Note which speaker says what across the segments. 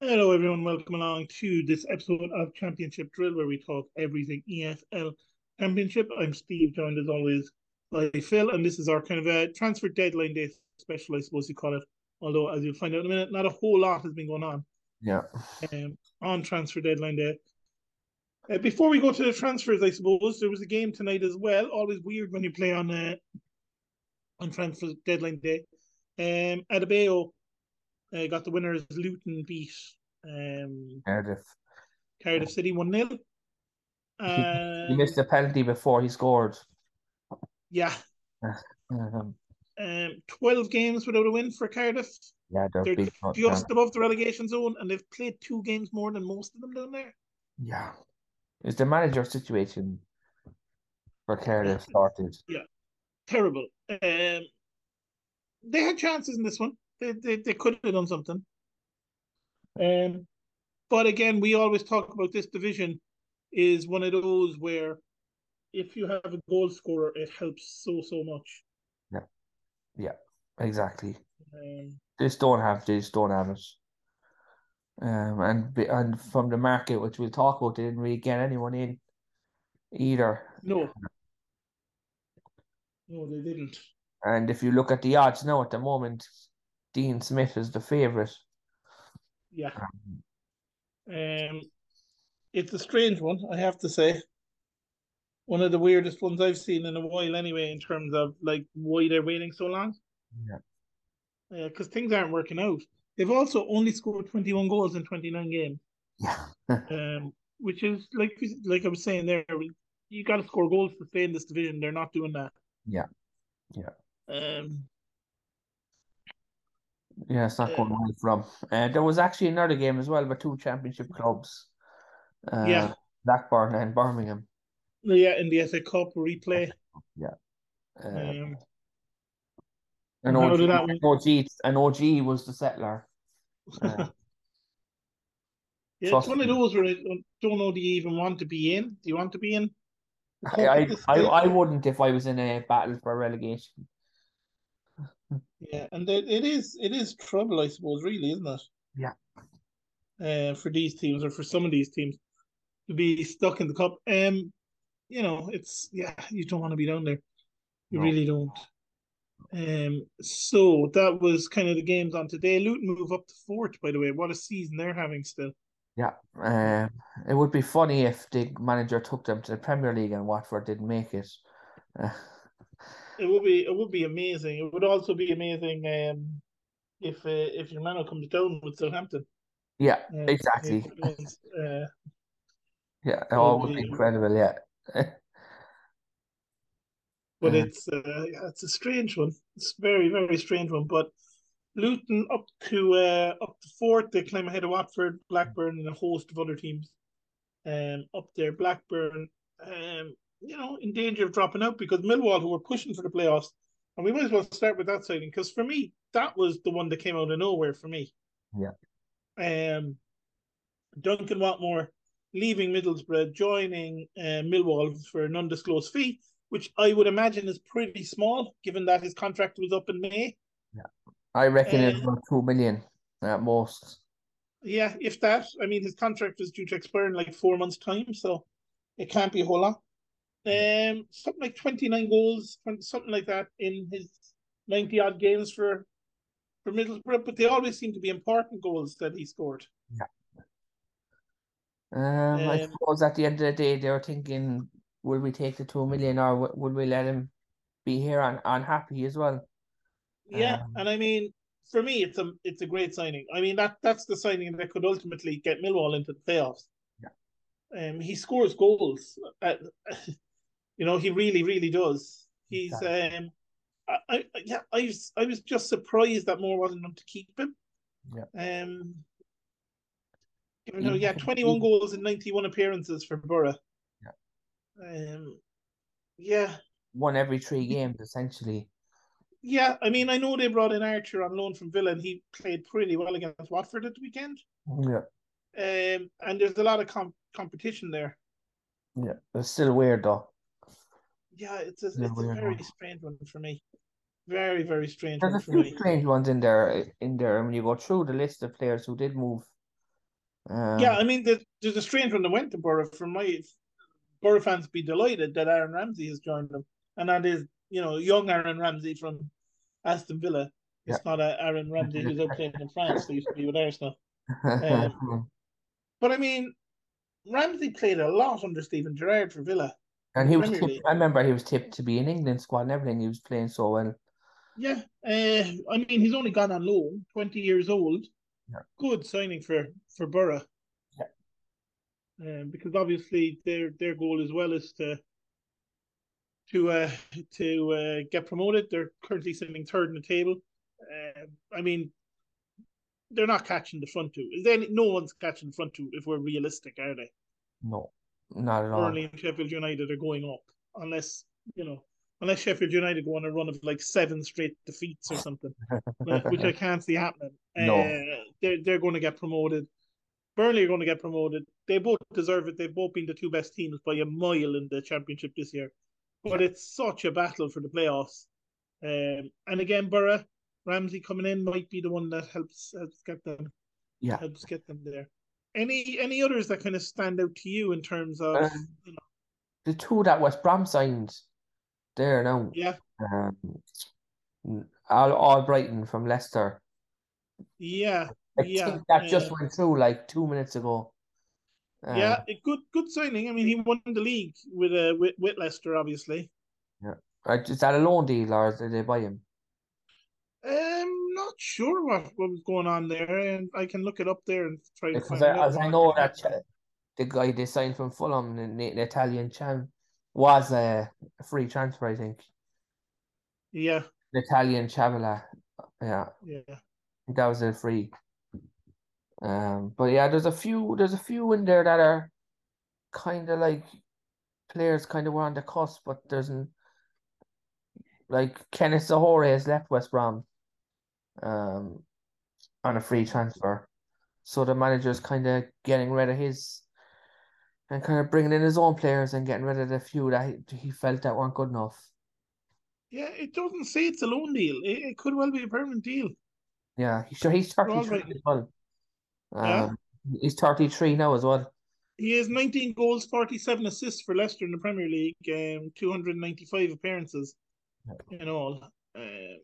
Speaker 1: Hello, everyone. Welcome along to this episode of Championship Drill, where we talk everything EFL Championship. I'm Steve, joined as always by Phil, and this is our kind of a transfer deadline day special, I suppose you call it. Although, as you'll find out in a minute, not a whole lot has been going on
Speaker 2: Yeah.
Speaker 1: um, on transfer deadline day. Uh, before we go to the transfers, I suppose there was a game tonight as well. Always weird when you play on uh, on transfer deadline day. Um, Adebayo uh, got the winners. Luton beat um,
Speaker 2: Cardiff.
Speaker 1: Cardiff City one 0
Speaker 2: He
Speaker 1: um,
Speaker 2: missed a penalty before he scored.
Speaker 1: Yeah,
Speaker 2: Um,
Speaker 1: um, twelve games without a win for Cardiff.
Speaker 2: yeah, they're,
Speaker 1: They're
Speaker 2: big. but,
Speaker 1: Just
Speaker 2: um,
Speaker 1: above the relegation zone, and they've played two games more than most of them down there.
Speaker 2: yeah. Is the manager situation for Cardiff started?
Speaker 1: terrible. Um, they had chances in this one. They they, they could have done something. Um, but again, we always talk about this division is one of those where if you have a goal scorer, it helps so so much.
Speaker 2: Exactly.
Speaker 1: Um,
Speaker 2: They just don't have. They just don't have it. Um, and be- and from the market, which we'll talk about, they didn't really get anyone in either.
Speaker 1: no, no, they didn't.
Speaker 2: And if you look at the odds now at the moment, Dean Smith is the favourite.
Speaker 1: Yeah.
Speaker 2: Um,
Speaker 1: Um, it's a strange one, I have to say. One of the weirdest ones I've seen in a while, anyway, in terms of like why they're waiting so long.
Speaker 2: Yeah.
Speaker 1: because things aren't working out. They've also only scored 21 goals in 29 games,
Speaker 2: yeah.
Speaker 1: um, which is like we- like I was saying there, you got to score goals to stay in this division. They're not doing that.
Speaker 2: Yeah. Yeah.
Speaker 1: Um,
Speaker 2: Yeah, it's not going well from. Uh, there was actually another game as well by two championship clubs. Uh,
Speaker 1: Mm. Yeah.
Speaker 2: Blackburn and Birmingham.
Speaker 1: yeah, in the FA Cup replay.
Speaker 2: Uh,
Speaker 1: Um,
Speaker 2: and
Speaker 1: how
Speaker 2: OG,
Speaker 1: did that one-
Speaker 2: and OG, and OG was the settler. Uh,
Speaker 1: yeah, it's
Speaker 2: trust
Speaker 1: one of
Speaker 2: me.
Speaker 1: those where I don't don't know do you even want to be in. Do you want to be in? the
Speaker 2: I,
Speaker 1: cup
Speaker 2: I,
Speaker 1: at this
Speaker 2: I,
Speaker 1: stage?
Speaker 2: I wouldn't if I was in a battle for relegation.
Speaker 1: Yeah, and there, it is it is trouble, I suppose, really, isn't it?
Speaker 2: Yeah.
Speaker 1: Uh, for these teams or for some of these teams to be stuck in the cup. Um, you know, it's yeah, you don't want to be down there. You
Speaker 2: No.
Speaker 1: really don't. Um, so that was kind of the games on today. Luton move up to fourth, by the way. What a season they're having still.
Speaker 2: Yeah. Um, it would be funny if the manager took them to the Premier League and Watford didn't make it. Uh,
Speaker 1: It would be it would be amazing. It would also be amazing um if uh, if your man comes down with Southampton.
Speaker 2: yeah,
Speaker 1: Uh,
Speaker 2: exactly.
Speaker 1: Uh,
Speaker 2: Yeah, it all would
Speaker 1: Would
Speaker 2: be
Speaker 1: be-
Speaker 2: incredible. Yeah.
Speaker 1: But
Speaker 2: Yeah.
Speaker 1: it's uh, yeah, it's a strange one. It's a very very strange one. But Luton up to uh, up to fourth. They climb ahead of Watford, Blackburn, and a host of other teams. Um, up there, Blackburn. Um, you know, in danger of dropping out because Millwall, who were pushing for the playoffs, and we might as well start with that signing because for me that was the one that came out of nowhere for me.
Speaker 2: Yeah.
Speaker 1: Um, Duncan Watmore leaving Middlesbrough, joining uh, Millwall for an undisclosed fee, which I would imagine is pretty small, given that his contract was up in May.
Speaker 2: I reckon
Speaker 1: Uh,
Speaker 2: it's about two million at most.
Speaker 1: Yeah, if that. I mean, his contract is due to expire in like four months' time, so it can't be a whole lot. Um, something like twenty nine goals, something like that, in his ninety odd games for for Middlesbrough. But they always seem to be important goals that he scored.
Speaker 2: Um, I
Speaker 1: Um,
Speaker 2: suppose at the end of the day, they were thinking, will we take the two million or w- would we let him be here and unhappy as well?
Speaker 1: Yeah,
Speaker 2: Um,
Speaker 1: and I mean, for me, it's a it's a great signing. I mean, that that's the signing that could ultimately get Millwall into the playoffs. Um, he scores goals. Uh you know, he really, really does. He's um, I, I I- yeah, I was I was just surprised that Moore wasn't enough to keep him.
Speaker 2: Yeah.
Speaker 1: Um. You know,
Speaker 2: Even
Speaker 1: yeah,
Speaker 2: if it-
Speaker 1: twenty-one goals in ninety-one appearances for Borough. Yeah. Um. Yeah.
Speaker 2: Won every three games essentially.
Speaker 1: Yeah, I mean, I know they brought in Archer on loan from Villa, and he played pretty well against Watford at the weekend.
Speaker 2: Yeah,
Speaker 1: Um, and there's a lot of com- competition there.
Speaker 2: yeah. It's still weird though.
Speaker 1: Yeah, it's a,
Speaker 2: Yeah,
Speaker 1: it's a
Speaker 2: weird
Speaker 1: very
Speaker 2: one.
Speaker 1: strange one for me. Very, very strange
Speaker 2: There's
Speaker 1: one
Speaker 2: a
Speaker 1: for
Speaker 2: few
Speaker 1: me.
Speaker 2: eh, strange ones in there. In there, when you go through the list of players who did move Um,
Speaker 1: yeah, I mean, there's, there's a strange one that went to Borough. For my Borough fans, be delighted that Aaron Ramsey has joined them, and that is, you know, young Aaron Ramsey from Aston Villa. It's not a Aaron Ramsey who's out playing in France. He used to be with Arsenal. um, But I mean, Ramsey played a lot under Stephen Gerrard for Villa.
Speaker 2: and he was
Speaker 1: Premier
Speaker 2: tipped,
Speaker 1: League.
Speaker 2: I remember he was tipped to be in England squad and everything. He was playing so well.
Speaker 1: Yeah, uh, I mean, he's only gone on loan, twenty years old.
Speaker 2: Yeah.
Speaker 1: Good signing for for Borough. Um, because obviously their their goal as well is to to uh, to uh, get promoted. They're currently sitting third in the table. Uh, I mean, they're not catching the front two. Is there any, no one's catching the front two if we're realistic, are they?
Speaker 2: No, not at all.
Speaker 1: Burnley and Sheffield United are going up, unless you know, unless Sheffield United go on a run of like seven straight defeats or something, like, which I can't see happening.
Speaker 2: No.
Speaker 1: Uh, they're they're going to get promoted. Burnley are going to get promoted. They both deserve it. They've both been the two best teams by a mile in the championship this year, but it's such a battle for the playoffs. Um, and again, Borough Ramsey coming in might be the one that helps helps get them
Speaker 2: Yeah.
Speaker 1: helps get them there. Any any others that kind of stand out to you in terms of
Speaker 2: Uh,
Speaker 1: you know,
Speaker 2: the two that West Brom signed there now.
Speaker 1: yeah
Speaker 2: Um, Al Al Brighton from Leicester.
Speaker 1: Yeah,
Speaker 2: I
Speaker 1: Yeah,
Speaker 2: think that just
Speaker 1: yeah.
Speaker 2: went through like two minutes ago. Um,
Speaker 1: yeah, a good good signing. I mean, he won the league with uh, with, with Leicester, obviously.
Speaker 2: uh, Is that a loan deal or did they buy him?
Speaker 1: Um, not sure what, what was going on there, and I can look it up there and try to
Speaker 2: Because
Speaker 1: find
Speaker 2: I,
Speaker 1: out.
Speaker 2: as I
Speaker 1: what
Speaker 2: know that
Speaker 1: happened.
Speaker 2: Ch- the guy they signed from Fulham, the, the the Italian champ, was uh, a free transfer, I think.
Speaker 1: Yeah,
Speaker 2: The Italian Chavila. Yeah.
Speaker 1: yeah,
Speaker 2: think that was a free. Um, but yeah, there's a few, there's a few in there that are kind of like players kind of were on the cusp, but there's n- like Kenneth Zahore has left West Brom, um, on a free transfer, so the manager's kind of getting rid of his, and kind of bringing in his own players and getting rid of the few that he, he felt that weren't good enough.
Speaker 1: yeah. It doesn't say it's a loan deal. It, it could well be a permanent deal.
Speaker 2: Yeah, he, sure he's
Speaker 1: Well,
Speaker 2: 33
Speaker 1: like-
Speaker 2: as well. Um,
Speaker 1: Yeah.
Speaker 2: he's 33 now as well.
Speaker 1: He has 19 goals, 47 assists for Leicester in the Premier League, um, 295 appearances in all. Uh,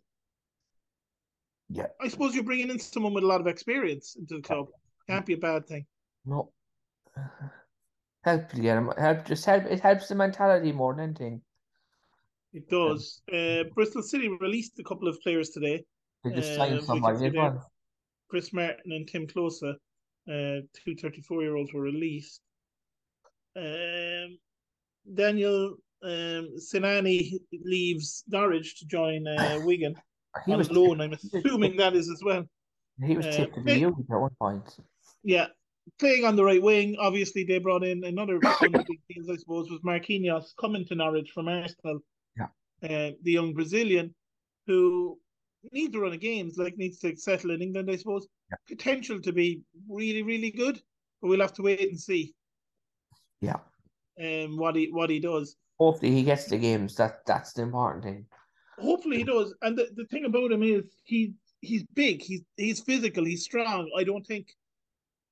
Speaker 2: Yeah.
Speaker 1: I suppose you're bringing in someone with a lot of experience into the club. Can't be a bad thing.
Speaker 2: No. Uh-huh. Help to get him. Help just help. It helps the mentality more than anything.
Speaker 1: It does. Uh, Bristol City released a couple of players today.
Speaker 2: They just
Speaker 1: Uh, we
Speaker 2: signed
Speaker 1: can
Speaker 2: somebody.
Speaker 1: see
Speaker 2: They've
Speaker 1: there.
Speaker 2: gone-
Speaker 1: Chris Martin and Tim Closer, uh, two 34 year olds, were released. Um, Daniel um, Sinani leaves Norwich to join uh, Wigan
Speaker 2: He
Speaker 1: on
Speaker 2: was
Speaker 1: loan. I'm
Speaker 2: he was
Speaker 1: assuming that is as well.
Speaker 2: he was
Speaker 1: uh,
Speaker 2: tipped to
Speaker 1: Vic-
Speaker 2: be used at one point.
Speaker 1: Yeah. Playing on the right wing, obviously they brought in another one of the big deals, I suppose, was Marquinhos coming to Norwich from Arsenal.
Speaker 2: Yeah.
Speaker 1: Uh, the young Brazilian who needs to run of games, like needs to settle in England, I suppose. Potential to be really, really good, but we'll have to wait and see.
Speaker 2: Yeah.
Speaker 1: Um, what he what he does.
Speaker 2: Hopefully, he gets the games. That that's the important thing.
Speaker 1: Hopefully he does. And the, the thing about him is he he's big, he's he's physical, he's strong. I don't think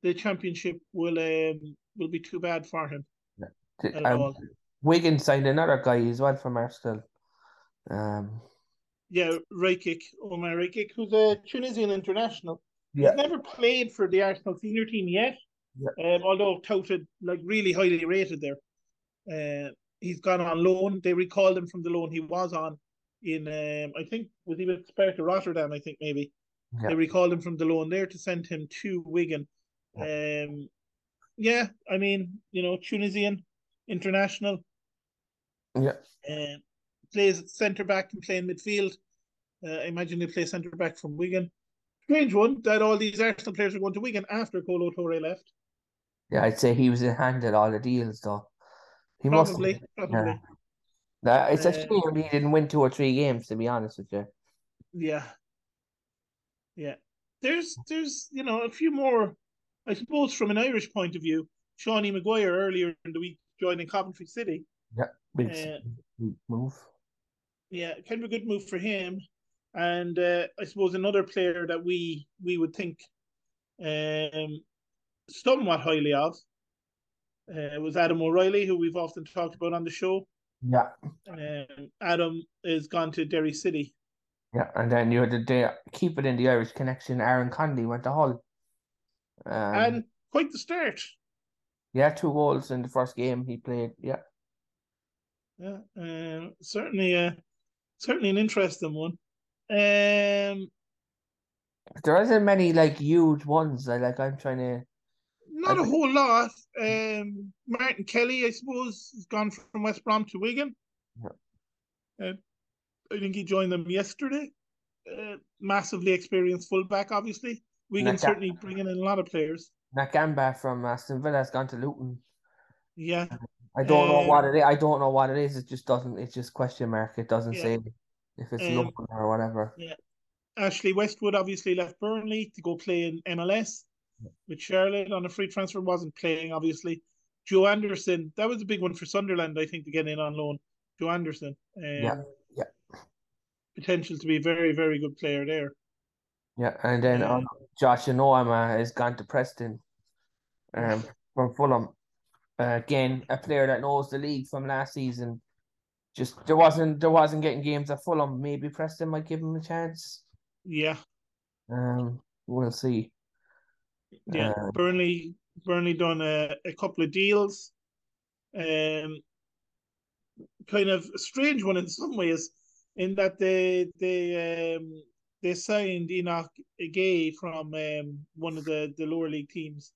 Speaker 1: the championship will um will be too bad for him
Speaker 2: Th-
Speaker 1: at
Speaker 2: Um,
Speaker 1: all.
Speaker 2: Wigan signed another guy as well from Arsenal. Um,
Speaker 1: Yeah, Rakic, Omar Rakic, who's a Tunisian international.
Speaker 2: Yeah.
Speaker 1: He's never played for the Arsenal senior team yet, um, although touted, like really highly rated there. Uh, he's gone on loan. They recalled him from the loan he was on in, um, I think, was he with Sparta Rotterdam, I think maybe.
Speaker 2: Yeah.
Speaker 1: They recalled him from the loan there to send him to Wigan. Um, yeah, I mean, you know, Tunisian international.
Speaker 2: Yeah.
Speaker 1: Uh, plays centre back and playing midfield. Uh, I imagine they play centre back from Wigan. Strange one that all these Arsenal players are going to Wigan after Colo Torre left.
Speaker 2: yeah, I'd say he was in hand at all the deals though. He must.
Speaker 1: Probably, probably,
Speaker 2: That, it's a
Speaker 1: Uh,
Speaker 2: shame he didn't win two or three games. To be honest with you.
Speaker 1: yeah, yeah. There's, there's, you know, a few more. I suppose from an Irish point of view, Shawnee Maguire earlier in the week joining Coventry City.
Speaker 2: Big
Speaker 1: Uh,
Speaker 2: move.
Speaker 1: Yeah, kind of a good move for him. And uh, I suppose another player that we we would think um somewhat highly of uh, was Adam O'Reilly, who we've often talked about on the show.
Speaker 2: Yeah.
Speaker 1: Um, Adam has gone to Derry City.
Speaker 2: Yeah, and then you had the day keep it in the Irish connection. Aaron Conley went to Hull. Um,
Speaker 1: and quite the start.
Speaker 2: yeah, two goals in the first game he played. Yeah,
Speaker 1: Yeah, um, certainly, uh, certainly an interesting one. Um,
Speaker 2: there isn't many like huge ones. I like. I'm trying to.
Speaker 1: not a
Speaker 2: Okay.
Speaker 1: whole lot. Um, Martin Kelly, I suppose, has gone from West Brom to Wigan. Uh, I think he joined them yesterday. Uh, massively experienced fullback, obviously. Wigan
Speaker 2: Naka.
Speaker 1: certainly bringing in a lot of players.
Speaker 2: Nakamba from Aston Villa has gone to Luton.
Speaker 1: Yeah,
Speaker 2: I don't know what
Speaker 1: Um,
Speaker 2: it is. I don't know what it is. It just doesn't. It's just question mark. It doesn't
Speaker 1: Yeah.
Speaker 2: say if it's
Speaker 1: Um,
Speaker 2: local or whatever.
Speaker 1: Ashley Westwood obviously left Burnley to go play in MLS with Charlotte on a free transfer. Wasn't playing, obviously. Joe Anderson, that was a big one for Sunderland, I think, to get in on loan. Joe Anderson, um,
Speaker 2: Yeah, yeah.
Speaker 1: potential to be a very, very good player there.
Speaker 2: Yeah, and then
Speaker 1: Yeah.
Speaker 2: um, Josh Anoama has gone to Preston, um, from Fulham. Uh, again, a player that knows the league from last season. Just there wasn't there wasn't getting games at Fulham. Maybe Preston might give him a chance.
Speaker 1: Yeah,
Speaker 2: Um, we'll see.
Speaker 1: yeah.
Speaker 2: Uh,
Speaker 1: Burnley, Burnley done a, a couple of deals. Um, kind of a strange one in some ways, in that they they um they signed Enoch Gay from um one of the the lower league teams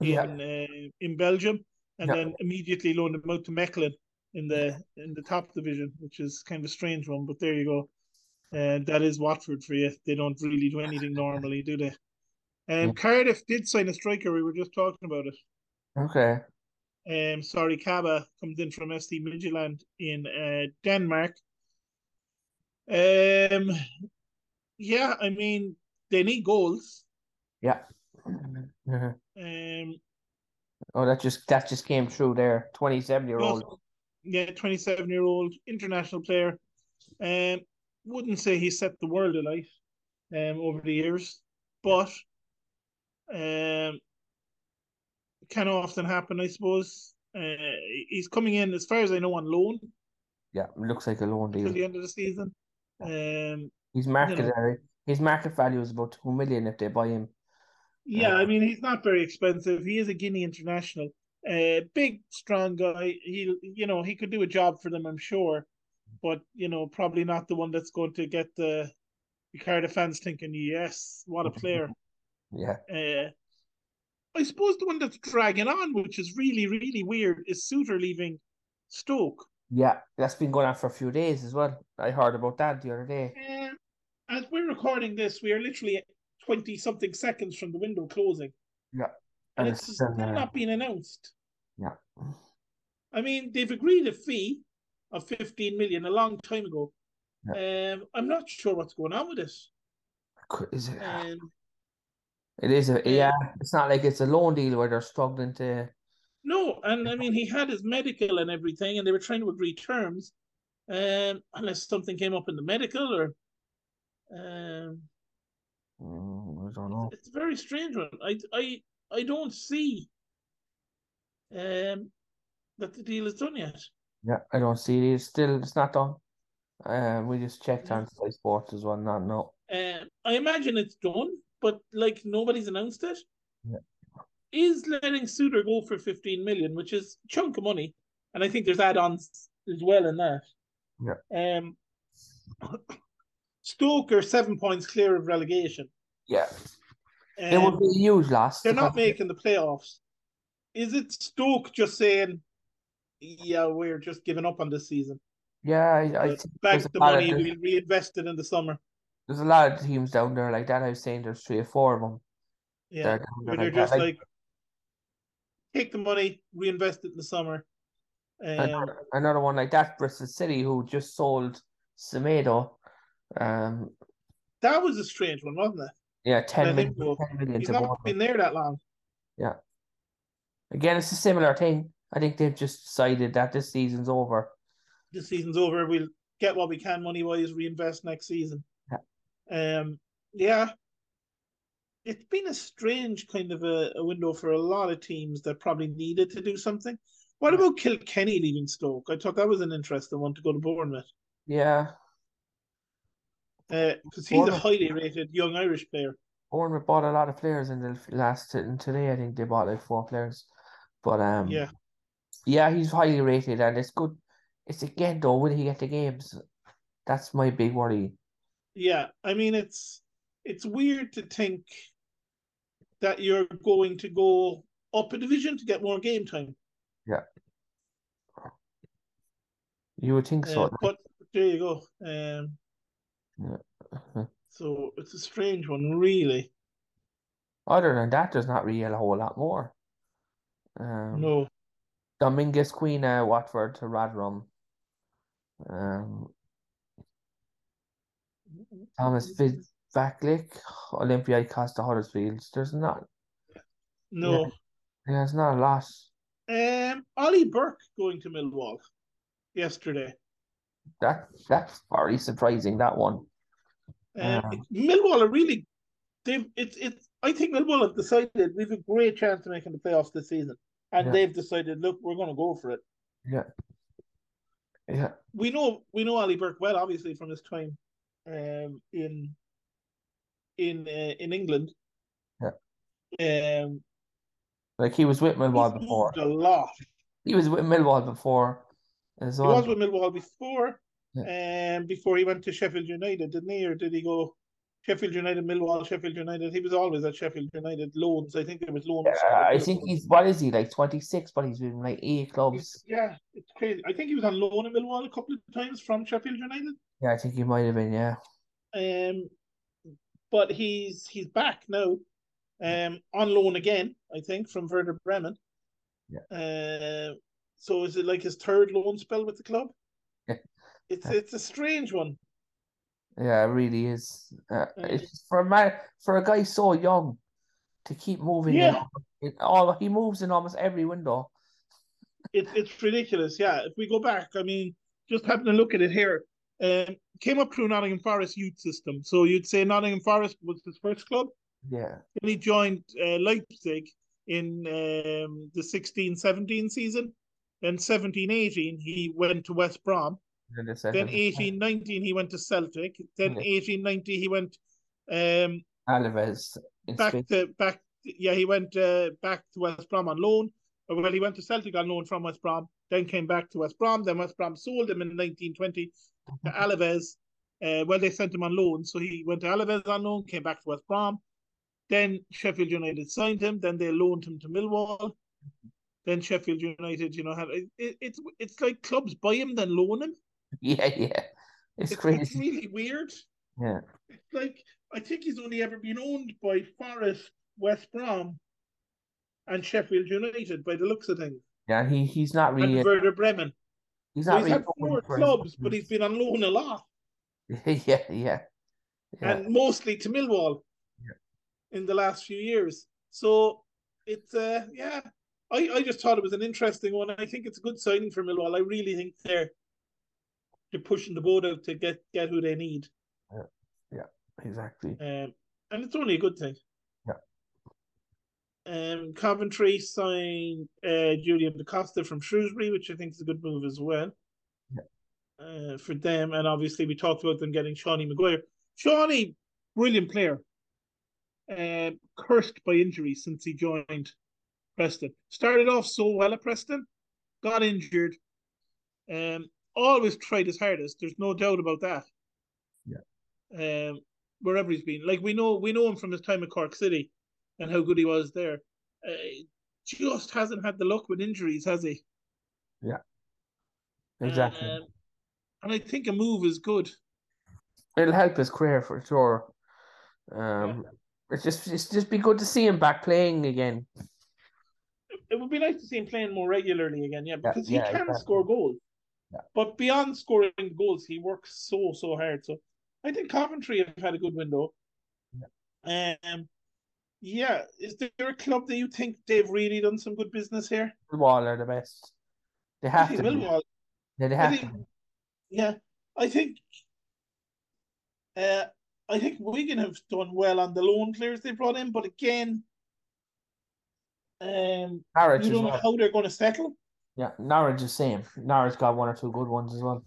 Speaker 1: in
Speaker 2: yeah,
Speaker 1: uh, in Belgium, and
Speaker 2: Yeah.
Speaker 1: then immediately loaned him out to Mechelen in the in the top division, which is kind of a strange one. But there you go. And that is Watford for you. They don't really do anything normally, do they? Um,
Speaker 2: Yeah.
Speaker 1: Cardiff did sign a striker. We were just talking about it.
Speaker 2: okay,
Speaker 1: Um, sorry, Kaba comes in from ST Midtjylland in uh, Denmark. Um, yeah, I mean they need goals.
Speaker 2: yeah.
Speaker 1: Um,
Speaker 2: Oh, that just that just came through there. Twenty-seven year old.
Speaker 1: yeah, twenty-seven-year-old international player. Um, wouldn't say he set the world alight. Um, over the years, but um, can often happen, I suppose. Uh, he's coming in, as far as I know, on loan
Speaker 2: Yeah, looks like a loan
Speaker 1: till
Speaker 2: deal.
Speaker 1: the end of the season. Um,
Speaker 2: His market area- his market value is about two million if they buy him.
Speaker 1: Yeah,
Speaker 2: Uh,
Speaker 1: I mean he's not very expensive. He is a Guinea international, uh, big, strong guy. He, you know, he could do a job for them, I'm sure, but you know, probably not the one that's going to get the, the Cardiff fans thinking, "Yes, what a player."
Speaker 2: Yeah,
Speaker 1: Uh, I suppose the one that's dragging on, which is really, really weird, is Suter leaving Stoke.
Speaker 2: yeah. That's been going on for a few days as well. I heard about that the other day.
Speaker 1: Um, as we're recording this, we are literally twenty something seconds from the window closing, and,
Speaker 2: And
Speaker 1: it's,
Speaker 2: it's uh,
Speaker 1: still
Speaker 2: still there.
Speaker 1: not been announced.
Speaker 2: Yeah.
Speaker 1: I mean, they've agreed a fee of 15 million a long time ago. Um, I'm not sure what's going on with it.
Speaker 2: Qu- Is it?
Speaker 1: Um,
Speaker 2: It is a
Speaker 1: uh,
Speaker 2: yeah. It's not like it's a loan deal where they're struggling to.
Speaker 1: no, and I mean, he had his medical and everything, and they were trying to agree terms, um, unless something came up in the medical or. Um,
Speaker 2: Mm, I don't know.
Speaker 1: it's a very strange one. I, I, I don't see um, that the deal is done yet.
Speaker 2: Yeah, I don't see it. It's still, it's not done. Um, we just checked
Speaker 1: Yeah.
Speaker 2: on Sky Sports as well. Not no.
Speaker 1: Um, I imagine it's done, but like nobody's announced it.
Speaker 2: Yeah.
Speaker 1: Is letting Suter go for 15 million, which is a chunk of money, and I think there's add-ons as well in that. Yeah. Um, Stoke are seven points clear of relegation.
Speaker 2: Yeah, it
Speaker 1: Um,
Speaker 2: would be a huge loss.
Speaker 1: they're
Speaker 2: to
Speaker 1: not
Speaker 2: Cardiff.
Speaker 1: making the playoffs. Is it Stoke just saying, "Yeah, we're just giving up on this season.
Speaker 2: Yeah, I, I
Speaker 1: Uh,
Speaker 2: think
Speaker 1: Back
Speaker 2: there's a
Speaker 1: the
Speaker 2: lot of-
Speaker 1: money,
Speaker 2: there's-
Speaker 1: we'll reinvest it in the summer."
Speaker 2: there's a lot of teams down there like that. I was saying there's three or four of them.
Speaker 1: Yeah.
Speaker 2: that are down there
Speaker 1: when you're
Speaker 2: like that.
Speaker 1: just
Speaker 2: Like,
Speaker 1: like take the money, reinvest it in the summer. Um,
Speaker 2: another, another one like that, Bristol City, who just sold Semedo. Um,
Speaker 1: that was a strange one, wasn't it?
Speaker 2: yeah, 10
Speaker 1: Let
Speaker 2: million,
Speaker 1: him go.
Speaker 2: 10 million
Speaker 1: He's
Speaker 2: to
Speaker 1: not
Speaker 2: Bournemouth.
Speaker 1: been there that long.
Speaker 2: Again, it's a similar thing. I think they've just decided that this season's over.
Speaker 1: The season's over. We'll get what we can money wise, reinvest next season. Um, yeah, it's been a strange kind of a, a window for a lot of teams that probably needed to do something. What about Kilkenny leaving Stoke? I thought that was an interesting one to go to Bournemouth
Speaker 2: Yeah,
Speaker 1: because he's a
Speaker 2: Bournemouth-
Speaker 1: highly rated young Irish player.
Speaker 2: Bournemouth bought a lot of players in the f- last and today I think they bought like four players, but um,
Speaker 1: Yeah,
Speaker 2: yeah, he's highly rated and it's good. It's again though, will he get the games? That's my big worry.
Speaker 1: yeah. I mean, it's it's weird to think that you're going to go up a division to get more game time.
Speaker 2: You would think
Speaker 1: Uh,
Speaker 2: so.
Speaker 1: but there you go. Um,
Speaker 2: like.
Speaker 1: so it's a strange one, really.
Speaker 2: Other than that, there's not really a whole lot more. Um,
Speaker 1: No,
Speaker 2: Dominguez Queen, uh, Watford to Radrom. Um, Thomas Fitz Vaklik, Olympiacos to Huddersfield. There's not,
Speaker 1: no.
Speaker 2: there's not a lot.
Speaker 1: Um, Ollie Burke going to Millwall yesterday.
Speaker 2: That that's very surprising. That one.
Speaker 1: Um,
Speaker 2: Yeah.
Speaker 1: it- Millwall are really they've it's it's I think Millwall have decided we've a great chance of making the playoffs this season, and
Speaker 2: Yeah.
Speaker 1: they've decided look we're going to go for it.
Speaker 2: Yeah,
Speaker 1: We know we know Ali Burke well, obviously from his time um, in in uh, in England. Um,
Speaker 2: like he was with Millwall
Speaker 1: he's
Speaker 2: before.
Speaker 1: moved a lot.
Speaker 2: He was with Millwall before, as
Speaker 1: He
Speaker 2: well.
Speaker 1: was with Millwall before, um, before he went to Sheffield United, didn't he? Or did he go Sheffield United, Millwall, Sheffield United? He was always at Sheffield United loans. I think it was loans.
Speaker 2: Uh, I think he's what is he like twenty six, but he's been like eight clubs.
Speaker 1: Yeah, it's crazy. I think he was on loan in Millwall a couple of times from Sheffield United.
Speaker 2: Yeah, I think he might have been. Yeah,
Speaker 1: Um, but he's he's back now, um, on loan again. I think from Werder Bremen.
Speaker 2: Yeah.
Speaker 1: Uh, so is it like his third loan spell with the club?
Speaker 2: Yeah.
Speaker 1: It's it's a strange one.
Speaker 2: yeah, it really is. Uh,
Speaker 1: Mm.
Speaker 2: it's for a man, for a guy so young to keep moving. in
Speaker 1: Yeah.
Speaker 2: al- In, all he moves in almost every window.
Speaker 1: It's it's ridiculous. Yeah, if we go back, I mean, just having a look at it here, um, came up through Nottingham Forest youth system. So you'd say Nottingham Forest was his first club.
Speaker 2: Yeah,
Speaker 1: Then he joined uh, Leipzig in um, the 16 17 season. Then 17 18, he went to West Brom.
Speaker 2: in the
Speaker 1: Then
Speaker 2: second.
Speaker 1: 18 19, he went to Celtic. Then
Speaker 2: Yeah.
Speaker 1: 18 90, he went um,
Speaker 2: Alvarez in
Speaker 1: back
Speaker 2: Spain.
Speaker 1: to back. Yeah, he went uh, back to West Brom on loan. Or, Well, he went to Celtic on loan from West Brom, then came back to West Brom. Then West Brom sold him in 1920 to Alaves. Uh, well, they sent him on loan, so he went to Alaves on loan, came back to West Brom. Then Sheffield United signed him. Then they loaned him to Millwall. Then Sheffield United, you know, had it, it, it's it's like clubs buy him then loan him.
Speaker 2: Yeah, yeah, it's
Speaker 1: It's, it's
Speaker 2: crazy.
Speaker 1: really weird.
Speaker 2: Yeah,
Speaker 1: It's like I think he's only ever been owned by Forest, West Brom, and Sheffield United by the looks of things,
Speaker 2: yeah, he he's not
Speaker 1: and
Speaker 2: really.
Speaker 1: Werder Bremen.
Speaker 2: He's
Speaker 1: So
Speaker 2: not
Speaker 1: he's
Speaker 2: really
Speaker 1: had
Speaker 2: going
Speaker 1: four
Speaker 2: for his-
Speaker 1: clubs, but he's been on loan a lot,
Speaker 2: yeah, yeah, yeah.
Speaker 1: and mostly to Millwall in the last few years. So it's uh, yeah, I, I just thought it was an interesting one. I think it's a good signing for Millwall. I really think they're they're pushing the boat out to get get who they need,
Speaker 2: Exactly.
Speaker 1: um, and it's only a good thing.
Speaker 2: Yeah.
Speaker 1: Um, Coventry signed uh, Julian DaCosta from Shrewsbury, which I think is a good move as well uh, for them. And obviously, we talked about them getting Shawnee Maguire. Shawnee, brilliant player, uh, cursed by injury since he joined Preston. Started off so well at Preston, got injured, um, always tried his hardest. There's no doubt about that. Yeah. Um, wherever he's been, like we know, we know him from his time at Cork City, and how good he was there. Uh, just hasn't had the luck with injuries, has he?
Speaker 2: Exactly.
Speaker 1: Um, and I think a move is good.
Speaker 2: It'll help his career for sure. Um, it's just it's just be good to see him back playing again.
Speaker 1: it would be nice to see him playing more regularly again, yeah, because he
Speaker 2: yeah,
Speaker 1: can
Speaker 2: exactly.
Speaker 1: score goals.
Speaker 2: Yeah.
Speaker 1: But beyond scoring goals, he works so so hard. So I think Coventry have had a good window. Um, yeah, is there a club that you think they've really done some good business here?
Speaker 2: Millwall are the best. They
Speaker 1: I
Speaker 2: have
Speaker 1: think
Speaker 2: to. be.
Speaker 1: Millwall.
Speaker 2: Yeah, they
Speaker 1: I
Speaker 2: have to.
Speaker 1: think, yeah, I think. Uh, I think Wigan have done well on the loan players they brought in, but again, um,
Speaker 2: Norwich
Speaker 1: you
Speaker 2: as
Speaker 1: don't know
Speaker 2: well.
Speaker 1: how they're going to settle.
Speaker 2: Yeah, Norwich the same. Norwich got one or two good ones as well.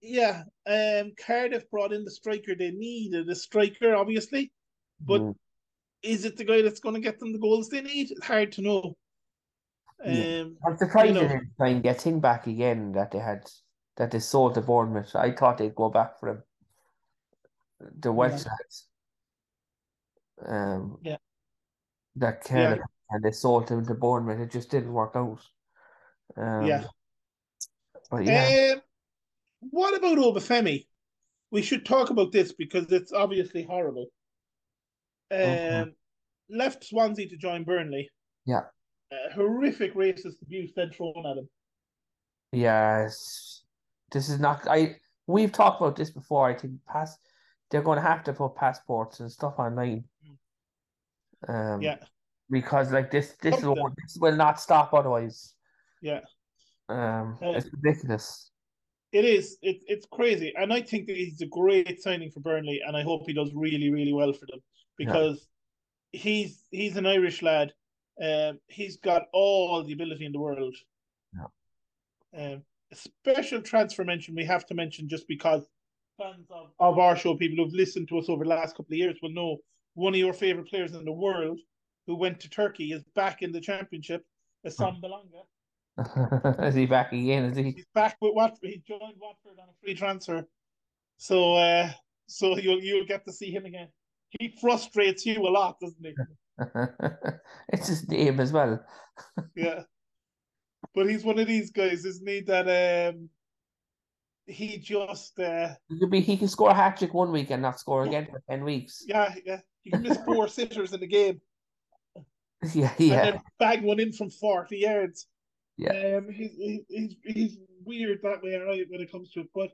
Speaker 1: Yeah, um, Cardiff brought in the striker they needed, a striker, obviously. But
Speaker 2: Mm.
Speaker 1: is it the guy that's going to get them the goals they need? It's hard to know. Um,
Speaker 2: Yeah. I'm surprised
Speaker 1: you
Speaker 2: they
Speaker 1: know-
Speaker 2: didn't try and get him back again. That they had that they sold to Bournemouth. I thought they'd go back for him. The Welsh lads. Um.
Speaker 1: Yeah.
Speaker 2: That Cardiff and they sold him to Bournemouth. It just didn't work out. Um,
Speaker 1: Yeah.
Speaker 2: But yeah,
Speaker 1: Um, what about Obafemi? We should talk about this because it's obviously horrible. Um,
Speaker 2: Okay.
Speaker 1: Left Swansea to join Burnley.
Speaker 2: Mm-hmm. Yeah.
Speaker 1: Uh, horrific racist abuse then thrown at him.
Speaker 2: yes. This is not. I we've talked about this before. I think pass. They're going to have to put passports and stuff online. Um.
Speaker 1: Yeah,
Speaker 2: because like this this
Speaker 1: Something.
Speaker 2: will, this will not stop otherwise.
Speaker 1: Yeah.
Speaker 2: Um,
Speaker 1: Uh,
Speaker 2: it's ridiculous.
Speaker 1: it is. It's it's crazy, and I think that he's a great signing for Burnley, and I hope he does really really well for them
Speaker 2: Yeah.
Speaker 1: because he's he's an Irish lad. Um, he's got all the ability in the world.
Speaker 2: Yeah.
Speaker 1: Um, a special transfer mention we have to mention just because fans of, of our show, people who've listened to us over the last couple of years, will know one of your favorite players in the world who went to Turkey is back in the championship. Assam Belanga.
Speaker 2: Is he back again? Is he?
Speaker 1: He's back with Watford. He joined Watford on a free transfer, so uh, so you'll you'll get to see him again. He frustrates you a lot, doesn't he?
Speaker 2: it's his name as well.
Speaker 1: yeah. But he's one of these guys, isn't he? That um, he just uh,
Speaker 2: He could be. He can score a hat trick one week and not score again for ten weeks.
Speaker 1: yeah yeah he can miss four sitters in a game
Speaker 2: Yeah,
Speaker 1: and
Speaker 2: yeah,
Speaker 1: then bag one in from forty yards.
Speaker 2: Yeah.
Speaker 1: um, he's, he's he's he's weird that way, all right, when it comes to it. But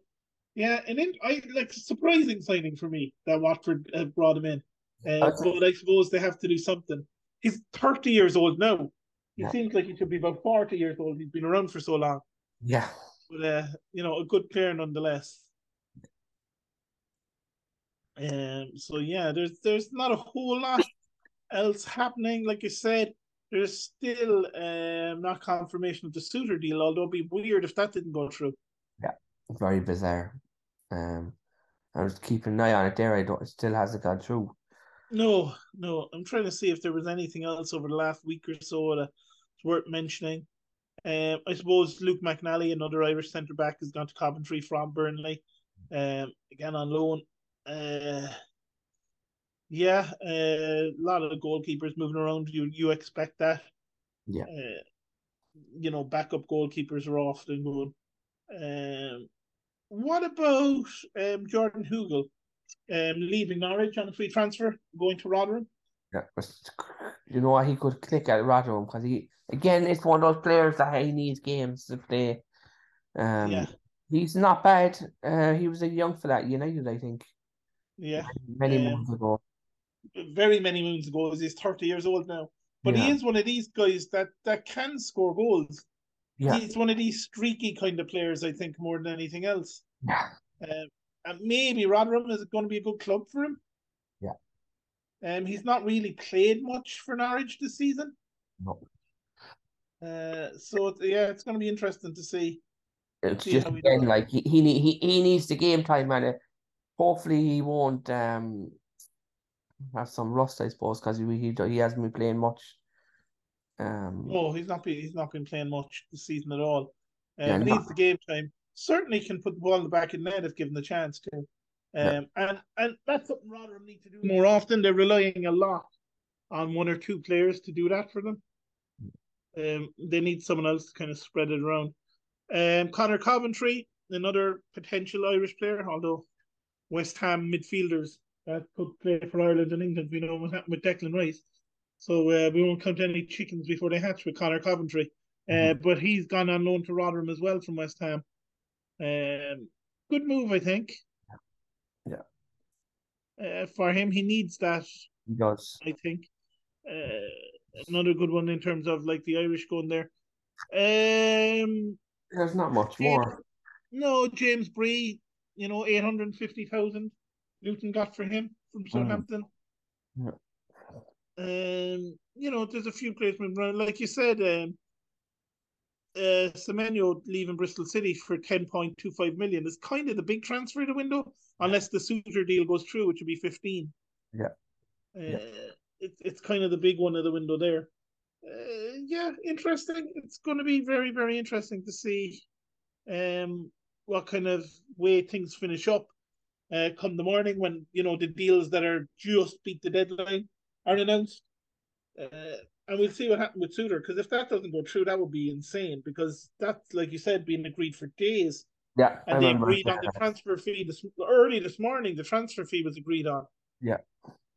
Speaker 1: yeah, and then I like surprising signing for me that Watford uh, brought him in. Uh,
Speaker 2: Okay.
Speaker 1: But I suppose they have to do something. He's thirty years old now. He
Speaker 2: Yeah.
Speaker 1: seems like he should be about forty years old. He's been around for so long.
Speaker 2: yeah.
Speaker 1: but uh, you know, a good player nonetheless. Um, so yeah, there's there's not a whole lot else happening. Like I said, there's still um not confirmation of the suitor deal, although it'd be weird if that didn't go through.
Speaker 2: Very bizarre. Um, I was keeping an eye on it there. I don't. It still hasn't gone through.
Speaker 1: No, no, I'm trying to see if there was anything else over the last week or so that's worth mentioning. Um, I suppose Luke McNally, another Irish centre back, has gone to Coventry from Burnley. Um, again on loan. Uh, yeah, uh, a lot of the goalkeepers moving around. You you expect that.
Speaker 2: Yeah.
Speaker 1: Uh, you know, backup goalkeepers are often going. Um, what about um Jordan Hugel, um leaving Norwich on a free transfer, going to Rotherham?
Speaker 2: Yeah, but you know what? He could click at Rotherham because he again, it's one of those players that he needs games to play. Um,
Speaker 1: Yeah.
Speaker 2: he's not bad. Uh, he was a young for that United, I think,
Speaker 1: Yeah.
Speaker 2: many
Speaker 1: Yeah.
Speaker 2: months ago.
Speaker 1: very many moons ago as he's 30 years old now. But he
Speaker 2: Yeah.
Speaker 1: is one of these guys that, that can score goals.
Speaker 2: Yeah,
Speaker 1: He's one of these streaky kind of players, I think, more than anything else.
Speaker 2: yeah,
Speaker 1: Um, and maybe Rotherham is going to be a good club for him.
Speaker 2: Yeah.
Speaker 1: Um, he's not really played much for Norwich this season.
Speaker 2: no,
Speaker 1: Uh, so it's- yeah, it's going to be interesting to see.
Speaker 2: it's
Speaker 1: see
Speaker 2: just
Speaker 1: how he
Speaker 2: again
Speaker 1: does.
Speaker 2: like he he, need, he he needs the game time and uh, hopefully he won't um have some rust, I suppose, because he he, he hasn't been playing much. Um,
Speaker 1: No, Oh, he's not been he's not been playing much this season at all. Um,
Speaker 2: Yeah,
Speaker 1: he
Speaker 2: no.
Speaker 1: needs the game time. Certainly can put the ball in the back of the net if given the chance to. Um,
Speaker 2: Yeah.
Speaker 1: and and that's something Rotherham need to do more often. They're relying a lot on one or two players to do that for them. Um, they need someone else to kind of spread it around. Um, Connor Coventry, another potential Irish player, although West Ham midfielders that could play for Ireland and England. We know what happened with Declan Rice, so uh, we won't count any chickens before they hatch with Connor Coventry. Uh, But he's gone on loan to Rotherham as well from West Ham. Um, good move, I think.
Speaker 2: Yeah.
Speaker 1: Uh, for him, he needs that.
Speaker 2: he does.
Speaker 1: I think. Uh, another good one in terms of like the Irish going there. Um,
Speaker 2: There's not much
Speaker 1: Yeah.
Speaker 2: more.
Speaker 1: no, James Bree, you know, eight hundred fifty thousand. Luton got for him from Southampton.
Speaker 2: Mm. Yeah.
Speaker 1: Um, you know, there's a few players moving around. Like you said, um, uh, Semenyo leaving Bristol City for 10.25 million is kind of the big transfer of the window, unless the suitor deal goes through, which would be 15.
Speaker 2: Yeah.
Speaker 1: Uh,
Speaker 2: Yeah.
Speaker 1: It, it's kind of the big one of the window there. Uh, yeah, interesting. It's going to be very, very interesting to see um, what kind of way things finish up uh, come the morning when you know the deals that are just beat the deadline are announced, uh, and we'll see what happens with Suter because if that doesn't go through, that would be insane because that's like you said being agreed for days,
Speaker 2: Yeah, I
Speaker 1: and they
Speaker 2: remember.
Speaker 1: agreed on the transfer fee this early this morning. The transfer fee was agreed on.
Speaker 2: Yeah.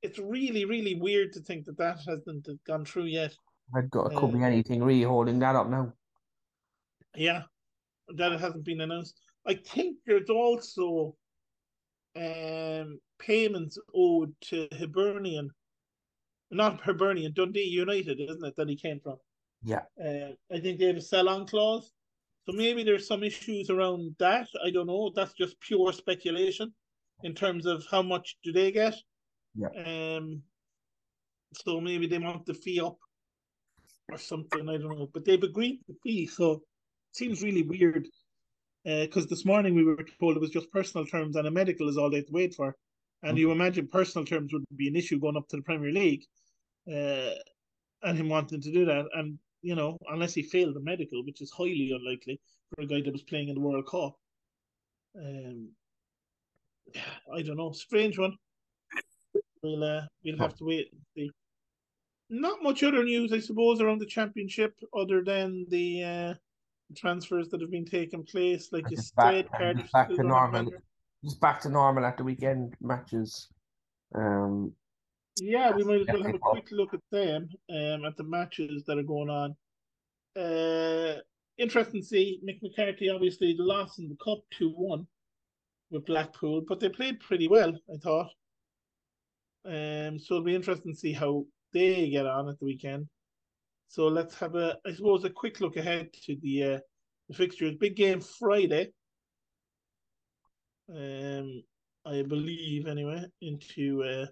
Speaker 1: it's really really weird to think that that hasn't gone through yet.
Speaker 2: I've got it could be anything really holding that up now.
Speaker 1: Yeah, that it hasn't been announced. I think there's also um, payments owed to Hibernian, not Hibernian, Dundee United, isn't it, that he came from?
Speaker 2: Yeah.
Speaker 1: Uh, I think they have a sell on clause. So maybe there's some issues around that. I don't know. That's just pure speculation in terms of how much do they get.
Speaker 2: Yeah.
Speaker 1: Um, so maybe they want the fee up or something. I don't know. But they've agreed the fee. So it seems really weird. Because this morning we were told it was just personal terms and a medical is all they'd wait for. And you imagine personal terms would be an issue going up to the Premier League uh, and him wanting to do that. And, you know, unless he failed the medical, which is highly unlikely for a guy that was playing in the World Cup. Um, I don't know. Strange one. We'll, uh, we'll have to wait and see. Not much other news, I suppose, around the championship other than the uh, transfers that have been taking place. Like you
Speaker 2: Just back-
Speaker 1: said, Cardiff
Speaker 2: back
Speaker 1: still
Speaker 2: to
Speaker 1: don't have a
Speaker 2: normal.
Speaker 1: manager.
Speaker 2: Just back to normal at the weekend matches. Um,
Speaker 1: Yeah, we might as well
Speaker 2: Yeah,
Speaker 1: have a
Speaker 2: well.
Speaker 1: quick look at them, um, at the matches that are going on. Uh, interesting to see Mick McCarthy obviously lost in the cup two one with Blackpool, but they played pretty well, I thought. Um, so it'll be interesting to see how they get on at the weekend. So let's have a, I suppose, a quick look ahead to the uh, the fixtures. Big game Friday. Um, I believe anyway into uh,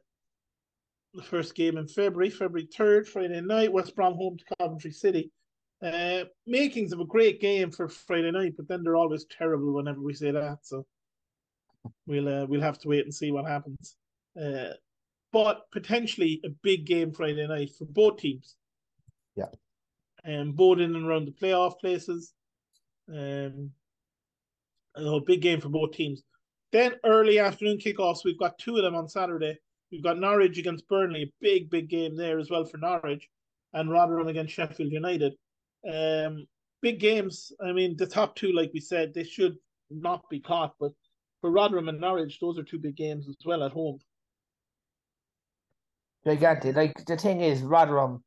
Speaker 1: the first game in February, February third, Friday night, West Brom home to Coventry City. Uh, makings of a great game for Friday night, but then they're always terrible whenever we say that. So we'll uh, we'll have to wait and see what happens. Uh, but potentially a big game Friday night for both teams.
Speaker 2: Yeah.
Speaker 1: And both in and around the playoff places. Um, a big game for both teams. Then early afternoon kickoffs, we've got two of them on Saturday. We've got Norwich against Burnley, a big, big game there as well for Norwich, and Rotherham against Sheffield United. Um, big games. I mean, the top two, like we said, they should not be caught, but for Rotherham and Norwich, those are two big games as well at home.
Speaker 2: gigantic. Like the thing is, Rotherham.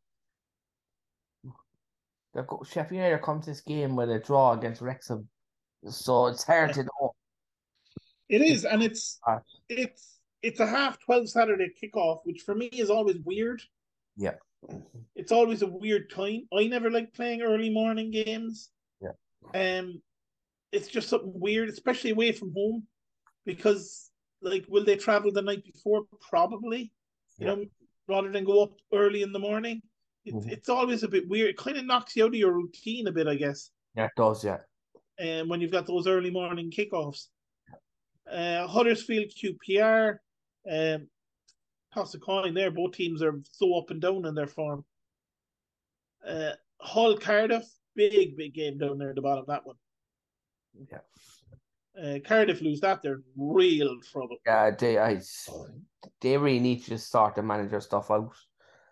Speaker 2: The go- Sheffield United comes this game with a draw against Wrexham, so it's hard to know.
Speaker 1: It is, and it's
Speaker 2: Ah.
Speaker 1: it's it's a half twelve Saturday kickoff, which for me is always weird.
Speaker 2: Yeah.
Speaker 1: It's always a weird time. I never like playing early morning games.
Speaker 2: Yeah.
Speaker 1: Um it's just something weird, especially away from home. Because like will they travel the night before? Probably. You
Speaker 2: Yeah.
Speaker 1: know, rather than go up early in the morning. It's
Speaker 2: Mhm.
Speaker 1: it's always a bit weird. It kind of knocks you out of your routine a bit, I guess
Speaker 2: Yeah, it does. Yeah,
Speaker 1: um, when you've got those early morning kickoffs. Uh, Huddersfield QPR, um, toss a coin there. Both teams are so up and down in their form. Uh, Hull Cardiff, big, big game down there at the bottom of that one.
Speaker 2: yeah,
Speaker 1: Uh, Cardiff lose that, they're in real trouble.
Speaker 2: yeah. They, I, they really need to just sort the manager stuff out.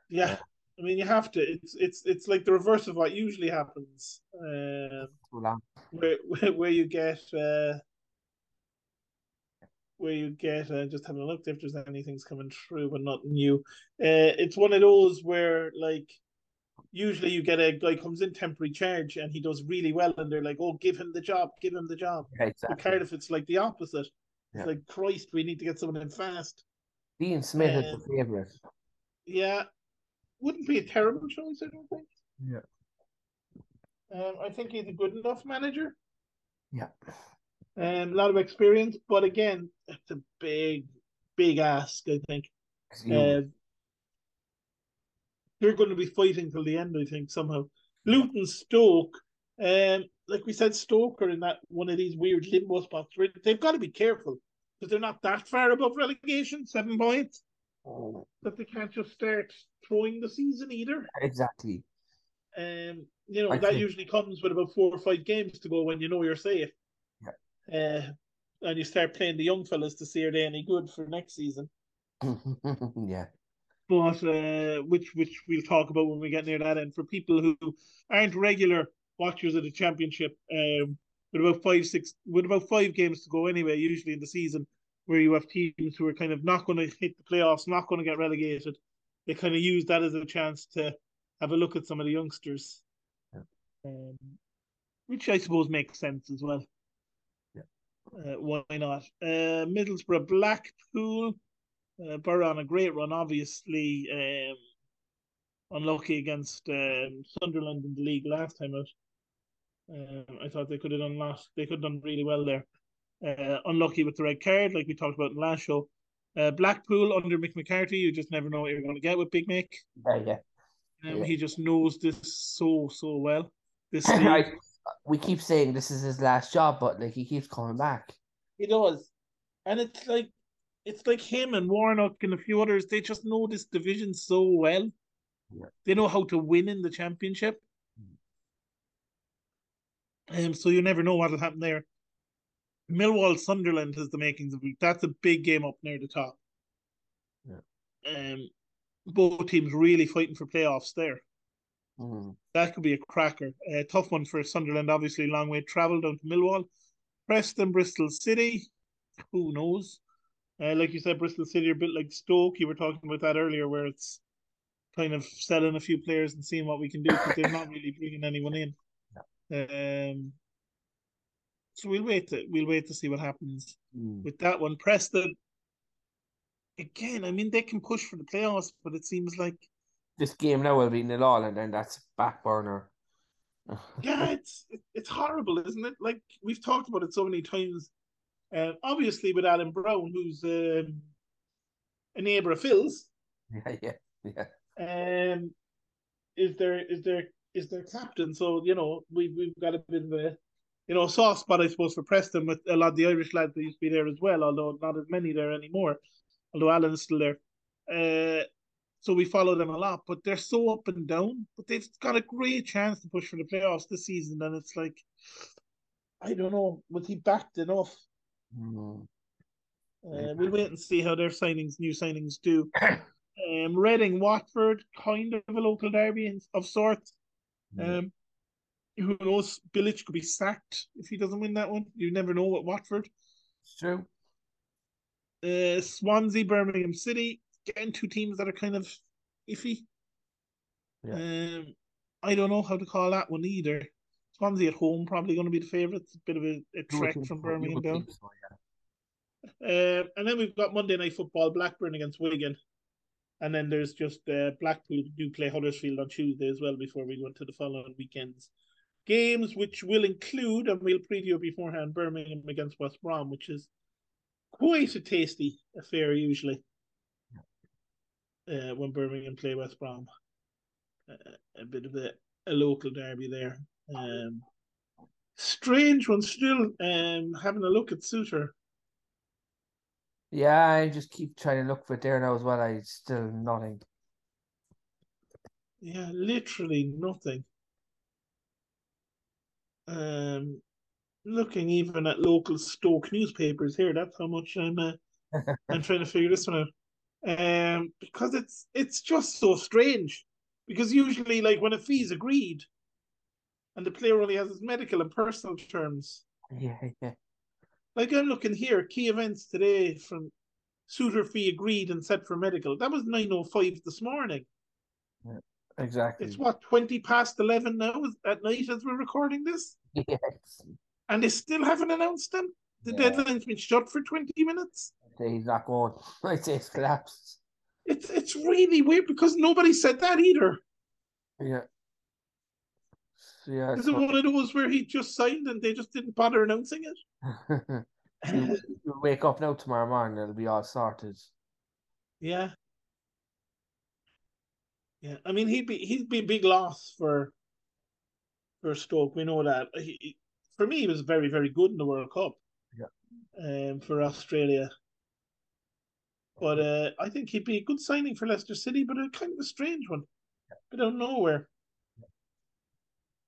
Speaker 1: Yeah. I mean, you have to. It's it's it's like the reverse of what usually happens, um,
Speaker 2: Too long.
Speaker 1: where, where where you get uh, where you get uh, just having a look if there's anything's coming through but nothing new. Uh, it's one of those where like usually you get a guy comes in temporary charge and he does really well and they're like, oh, give him the job, give him the job.
Speaker 2: Yeah,
Speaker 1: With
Speaker 2: exactly.
Speaker 1: Cardiff, it's like the opposite. It's
Speaker 2: Yeah.
Speaker 1: like Christ, we need to get someone in fast.
Speaker 2: Dean Smith is
Speaker 1: Um,
Speaker 2: the favorite.
Speaker 1: Yeah, wouldn't be a terrible choice, I don't think.
Speaker 2: Yeah.
Speaker 1: Um, I think he's a good enough manager.
Speaker 2: Yeah.
Speaker 1: Um, a lot of experience, but again, it's a big, big ask, I think.
Speaker 2: It's
Speaker 1: Uh,
Speaker 2: huge.
Speaker 1: they're going to be fighting till the end, I think, somehow. Luton Stoke, um, like we said, Stoke are in that one of these weird limbo spots where they've got to be careful because they're not that far above relegation, seven points, that they can't just start throwing the season either.
Speaker 2: exactly.
Speaker 1: Um, you know,
Speaker 2: I
Speaker 1: that
Speaker 2: think-
Speaker 1: usually comes with about four or five games to go when you know you're safe. Uh, and you start playing the young fellas to see are they any good for next season.
Speaker 2: yeah.
Speaker 1: but uh, which which we'll talk about when we get near that end. For people who aren't regular watchers of the championship, um, with about five six with about five games to go anyway, usually in the season, where you have teams who are kind of not going to hit the playoffs, not going to get relegated, they kind of use that as a chance to have a look at some of the youngsters,
Speaker 2: Yeah.
Speaker 1: um, which I suppose makes sense as well.
Speaker 2: Yeah.
Speaker 1: Uh, why not? Uh, Middlesbrough, Blackpool. Uh, Borough on a great run, obviously. Um, unlucky against um, Sunderland in the league last time out. Um, I thought they could have done last. They could have done really well there. Uh, unlucky with the red card, like we talked about in the last show. Uh, Blackpool under Mick McCarthy, you just never know what you're going to get with Big Mick.
Speaker 2: Yeah, yeah.
Speaker 1: Um,
Speaker 2: Yeah.
Speaker 1: He just knows this so so well. This league.
Speaker 2: Like, we keep saying this is his last job, but like he keeps coming back.
Speaker 1: He does. And it's like it's like him and Warnock and a few others, they just know this division so well.
Speaker 2: Yeah.
Speaker 1: They know how to win in the championship.
Speaker 2: Mm.
Speaker 1: Um, so you never know what'll happen there. Millwall Sunderland has the makings of that's a big game up near the top.
Speaker 2: Yeah.
Speaker 1: Um both teams really fighting for playoffs there.
Speaker 2: Mm.
Speaker 1: That could be a cracker. A tough one for Sunderland, obviously, long way travel down to Millwall. Preston, Bristol City, who knows? Uh, like you said, Bristol City are a bit like Stoke. You were talking about that earlier, where it's kind of selling a few players and seeing what we can do because they're not really bringing anyone in. Um, so we'll wait. To, we'll wait to see what happens
Speaker 2: Mm.
Speaker 1: with that one. Preston, again, I mean, they can push for the playoffs, but it seems like
Speaker 2: This game now will be nil all, and then that's back burner.
Speaker 1: yeah, it's it- it's horrible, isn't it? Like we've talked about it so many times. Uh, obviously, with Alan Brown, who's um, a neighbour of Phil's,
Speaker 2: yeah, yeah, yeah.
Speaker 1: um, is there is there is their captain. So you know we've we've got a bit of a you know soft spot, I suppose, for Preston with a lot of the Irish lads that used to be there as well, although not as many there anymore. Although Alan's still there, uh, so we follow them a lot. But they're so up and down. But they've got a great chance to push for the playoffs this season, and it's like. I don't know. Was he backed enough?
Speaker 2: Mm.
Speaker 1: Uh, we'll wait and see how their signings, new signings, do. Um, Reading, Watford, kind of a local derby in- of sorts. Um, who knows? Bilic could be sacked if he doesn't win that one. You never know at Watford.
Speaker 2: It's true.
Speaker 1: Uh, Swansea, Birmingham City, again two teams that are kind of iffy.
Speaker 2: Yeah.
Speaker 1: Um, I don't know how to call that one either. Swansea at home probably going to be the favourites. A bit of a, a
Speaker 2: You would
Speaker 1: trek
Speaker 2: think
Speaker 1: from
Speaker 2: so, you
Speaker 1: Birmingham
Speaker 2: would
Speaker 1: down.
Speaker 2: think so, yeah.
Speaker 1: Um, and then we've got Monday Night Football, Blackburn against Wigan. And then there's just uh, Blackpool do play Huddersfield on Tuesday as well before we go into the following weekend's games, which will include, and we'll preview beforehand, Birmingham against West Brom, which is quite a tasty affair usually uh, when Birmingham play West Brom. Uh, a bit of a, a local derby there. Um, strange one still um, having a look at Suter.
Speaker 2: Yeah, I just keep trying to look for it there now as well. I still nothing.
Speaker 1: Yeah, literally nothing. Um, looking even at local Stoke newspapers here. That's how much I'm. Uh, I'm trying to figure this one out. Um, because it's it's just so strange. Because usually, like when a fee's agreed, and the player only has his medical and personal terms.
Speaker 2: Yeah, yeah.
Speaker 1: Like I'm looking here, key events today from suitor fee agreed and set for medical. That was nine oh five this morning.
Speaker 2: Exactly.
Speaker 1: It's what twenty past eleven now is- at night as we're recording this,
Speaker 2: Yes.
Speaker 1: and they still haven't announced them. The
Speaker 2: Yeah.
Speaker 1: deadline's been shut for twenty minutes.
Speaker 2: Say he's not going. I say it's collapsed.
Speaker 1: It's it's really weird because nobody said that either.
Speaker 2: Yeah. So, yeah.
Speaker 1: Is
Speaker 2: it's
Speaker 1: it
Speaker 2: what-
Speaker 1: one of those where he just signed and they just didn't bother announcing it?
Speaker 2: You'll you'll wake up now tomorrow morning, it'll be all sorted.
Speaker 1: Yeah. Yeah, I mean he'd be he'd be a big loss for for Stoke. We know that. He, he- for me, he was very very good in the World Cup.
Speaker 2: Yeah.
Speaker 1: Um, for Australia, but uh, I think he'd be a good signing for Leicester City, but a kind of a strange one, bit out of nowhere.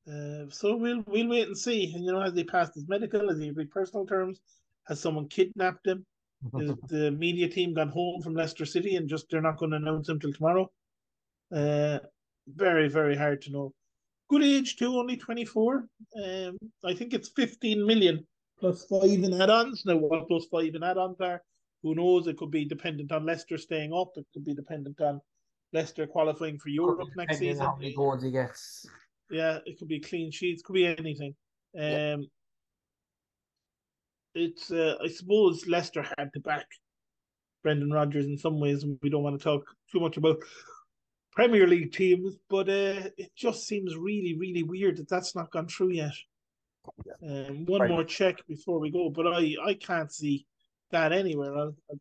Speaker 1: Uh, so we'll we'll wait and see. And you know, has he passed his medical? Has he big personal terms? Has someone kidnapped him? Is the media team gone home from Leicester City and just they're not going to announce him till tomorrow? Uh, very, very hard to know. Good age too, only 24. Um, I think it's 15 million plus five in add-ons. Now, what those five in add-ons are, who knows? It could be dependent on Leicester staying up. It could be dependent on Leicester qualifying for Europe next
Speaker 2: Depending
Speaker 1: season.
Speaker 2: on how many goals he gets.
Speaker 1: Yeah, it could be clean sheets, could be anything. Um,
Speaker 2: Yeah.
Speaker 1: it's uh, I suppose Leicester had to back Brendan Rodgers in some ways. and We don't want to talk too much about Premier League teams, but uh, it just seems really, really weird that that's not gone through yet. Um, one
Speaker 2: Right.
Speaker 1: more check before we go, but I I can't see that anywhere. I'll, I'll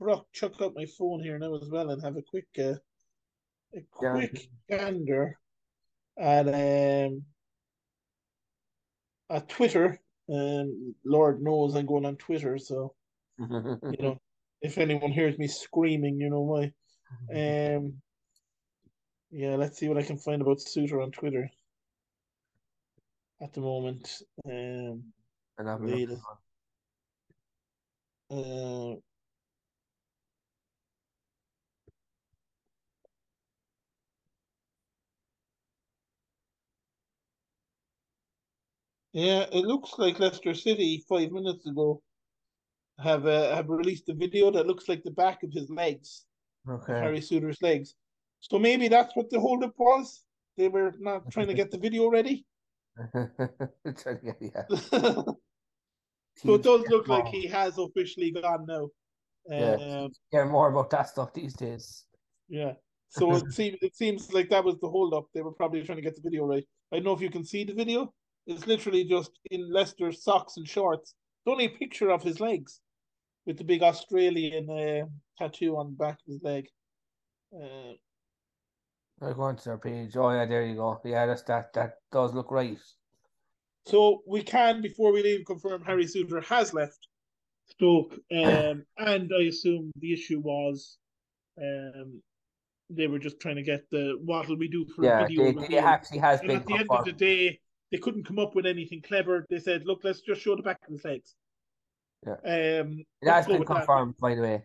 Speaker 1: chuck- chuck out my phone here now as well and have a quick uh, a
Speaker 2: Yeah.
Speaker 1: quick gander at um at Twitter. Um, Lord knows I'm going on Twitter, so you know if anyone hears me screaming, you know why. Um, yeah, let's see what I can find about Suter on Twitter at the moment. Um,
Speaker 2: And I'll be
Speaker 1: Indeed.
Speaker 2: looking on.
Speaker 1: uh, yeah, it looks like Leicester City five minutes ago have uh, have released a video that looks like the back of his legs, of
Speaker 2: Okay.
Speaker 1: Harry Suter's legs. So maybe that's what the holdup was. They were not trying to get the video ready.
Speaker 2: Trying to get- yeah.
Speaker 1: so
Speaker 2: Teams
Speaker 1: it does
Speaker 2: care
Speaker 1: look like
Speaker 2: more.
Speaker 1: he has officially gone now.
Speaker 2: Yeah.
Speaker 1: Um,
Speaker 2: Care more about that stuff these days.
Speaker 1: Yeah. So it seems it seems like that was the hold up. They were probably trying to get the video right. I don't know if you can see the video. It's literally just in Leicester's socks and shorts. It's only a picture of his legs with the big Australian uh, tattoo on the back of his leg. Uh,
Speaker 2: I go onto their page. Oh yeah, there you go. Yeah, that's that. That does look right.
Speaker 1: so we can, before we leave, confirm Harry Suter has left Stoke. Um, and I assume the issue was um, they were just trying to get the what'll we do for
Speaker 2: Yeah,
Speaker 1: a video
Speaker 2: they, they
Speaker 1: review.
Speaker 2: actually has
Speaker 1: And
Speaker 2: been
Speaker 1: at the end of the
Speaker 2: confirmed.
Speaker 1: day, they couldn't come up with anything clever. They said, "Look, let's just show the back of his legs."
Speaker 2: Yeah.
Speaker 1: Um,
Speaker 2: It has
Speaker 1: let's go
Speaker 2: been
Speaker 1: with that.
Speaker 2: confirmed, by the way.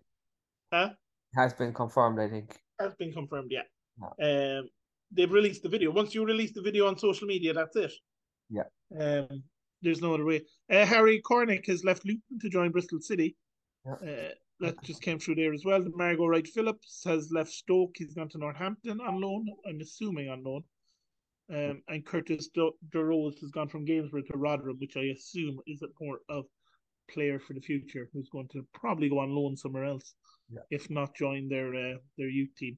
Speaker 1: Huh?
Speaker 2: It has been confirmed, I think.
Speaker 1: That's been confirmed. Yeah. Um, they've released the video. Once you release the video on social media, that's it.
Speaker 2: Yeah.
Speaker 1: Um, there's no other way. Uh, Harry Cornick has left Luton to join Bristol City.
Speaker 2: Yeah.
Speaker 1: Uh, that just came through there as well. Margot Wright Phillips has left Stoke. He's gone to Northampton on loan. I'm assuming on loan. Um, and Curtis Do- DeRose has gone from Gainsborough to Rotherham, which I assume is a more of player for the future who's going to probably go on loan somewhere else,
Speaker 2: Yeah.
Speaker 1: if not join their uh, their youth team.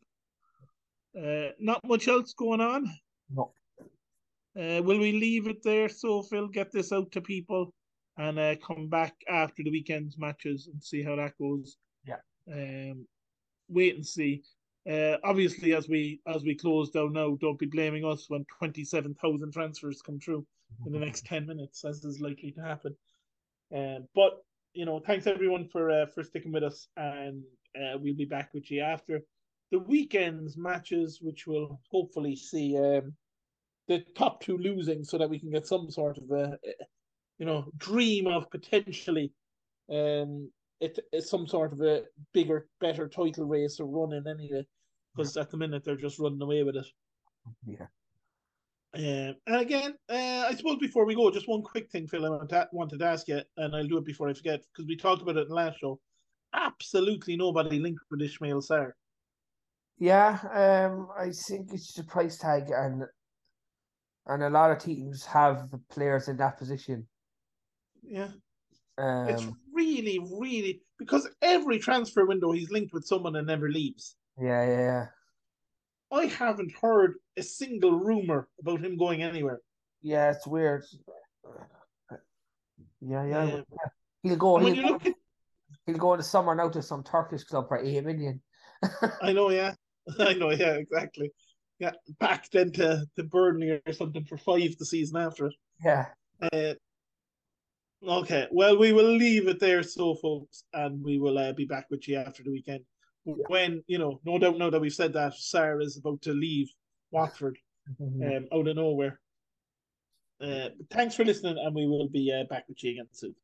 Speaker 1: Uh, not much else going on.
Speaker 2: No.
Speaker 1: Uh, will we leave it there, so Phil? Get this out to people, and uh, come back after the weekend's matches and see how that goes.
Speaker 2: Yeah.
Speaker 1: Um, wait and see. Uh, obviously, as we as we close down now, don't be blaming us when twenty seven thousand transfers come through in the next ten minutes, as is likely to happen. Um, but you know, thanks everyone for uh, for sticking with us, and uh, we'll be back with you after the weekend's matches, which will hopefully see um, the top two losing, so that we can get some sort of a you know dream of potentially um it, it's some sort of a bigger, better title race or run in anyway, because at the minute they're just running away with it.
Speaker 2: Yeah.
Speaker 1: Um, and again, uh, I suppose before we go, just one quick thing, Phil, I want to- wanted to ask you, and I'll do it before I forget, because we talked about it in the last show. Absolutely nobody linked with Ishmael Sar.
Speaker 2: Yeah, um, I think it's the price tag and and a lot of teams have the players in that position.
Speaker 1: Yeah, it's
Speaker 2: Um,
Speaker 1: really, really because every transfer window he's linked with someone and never leaves.
Speaker 2: yeah, yeah, yeah.
Speaker 1: I haven't heard a single rumor about him going anywhere.
Speaker 2: Yeah, it's weird. Yeah, yeah.
Speaker 1: Um,
Speaker 2: He'll go.
Speaker 1: And when
Speaker 2: He'll,
Speaker 1: you look at,
Speaker 2: he'll go in the summer now to some Turkish club for eight million.
Speaker 1: I know, yeah, I know, yeah, exactly. Yeah, back then to, to Burnley or something for five the season after it.
Speaker 2: yeah.
Speaker 1: Uh, okay, well, we will leave it there, so folks, and we will uh, be back with you after the weekend. When you know, no doubt now that we've said that, Sarah is about to leave Watford um, out of nowhere. Uh, thanks for listening, and we will be uh, back with you again soon.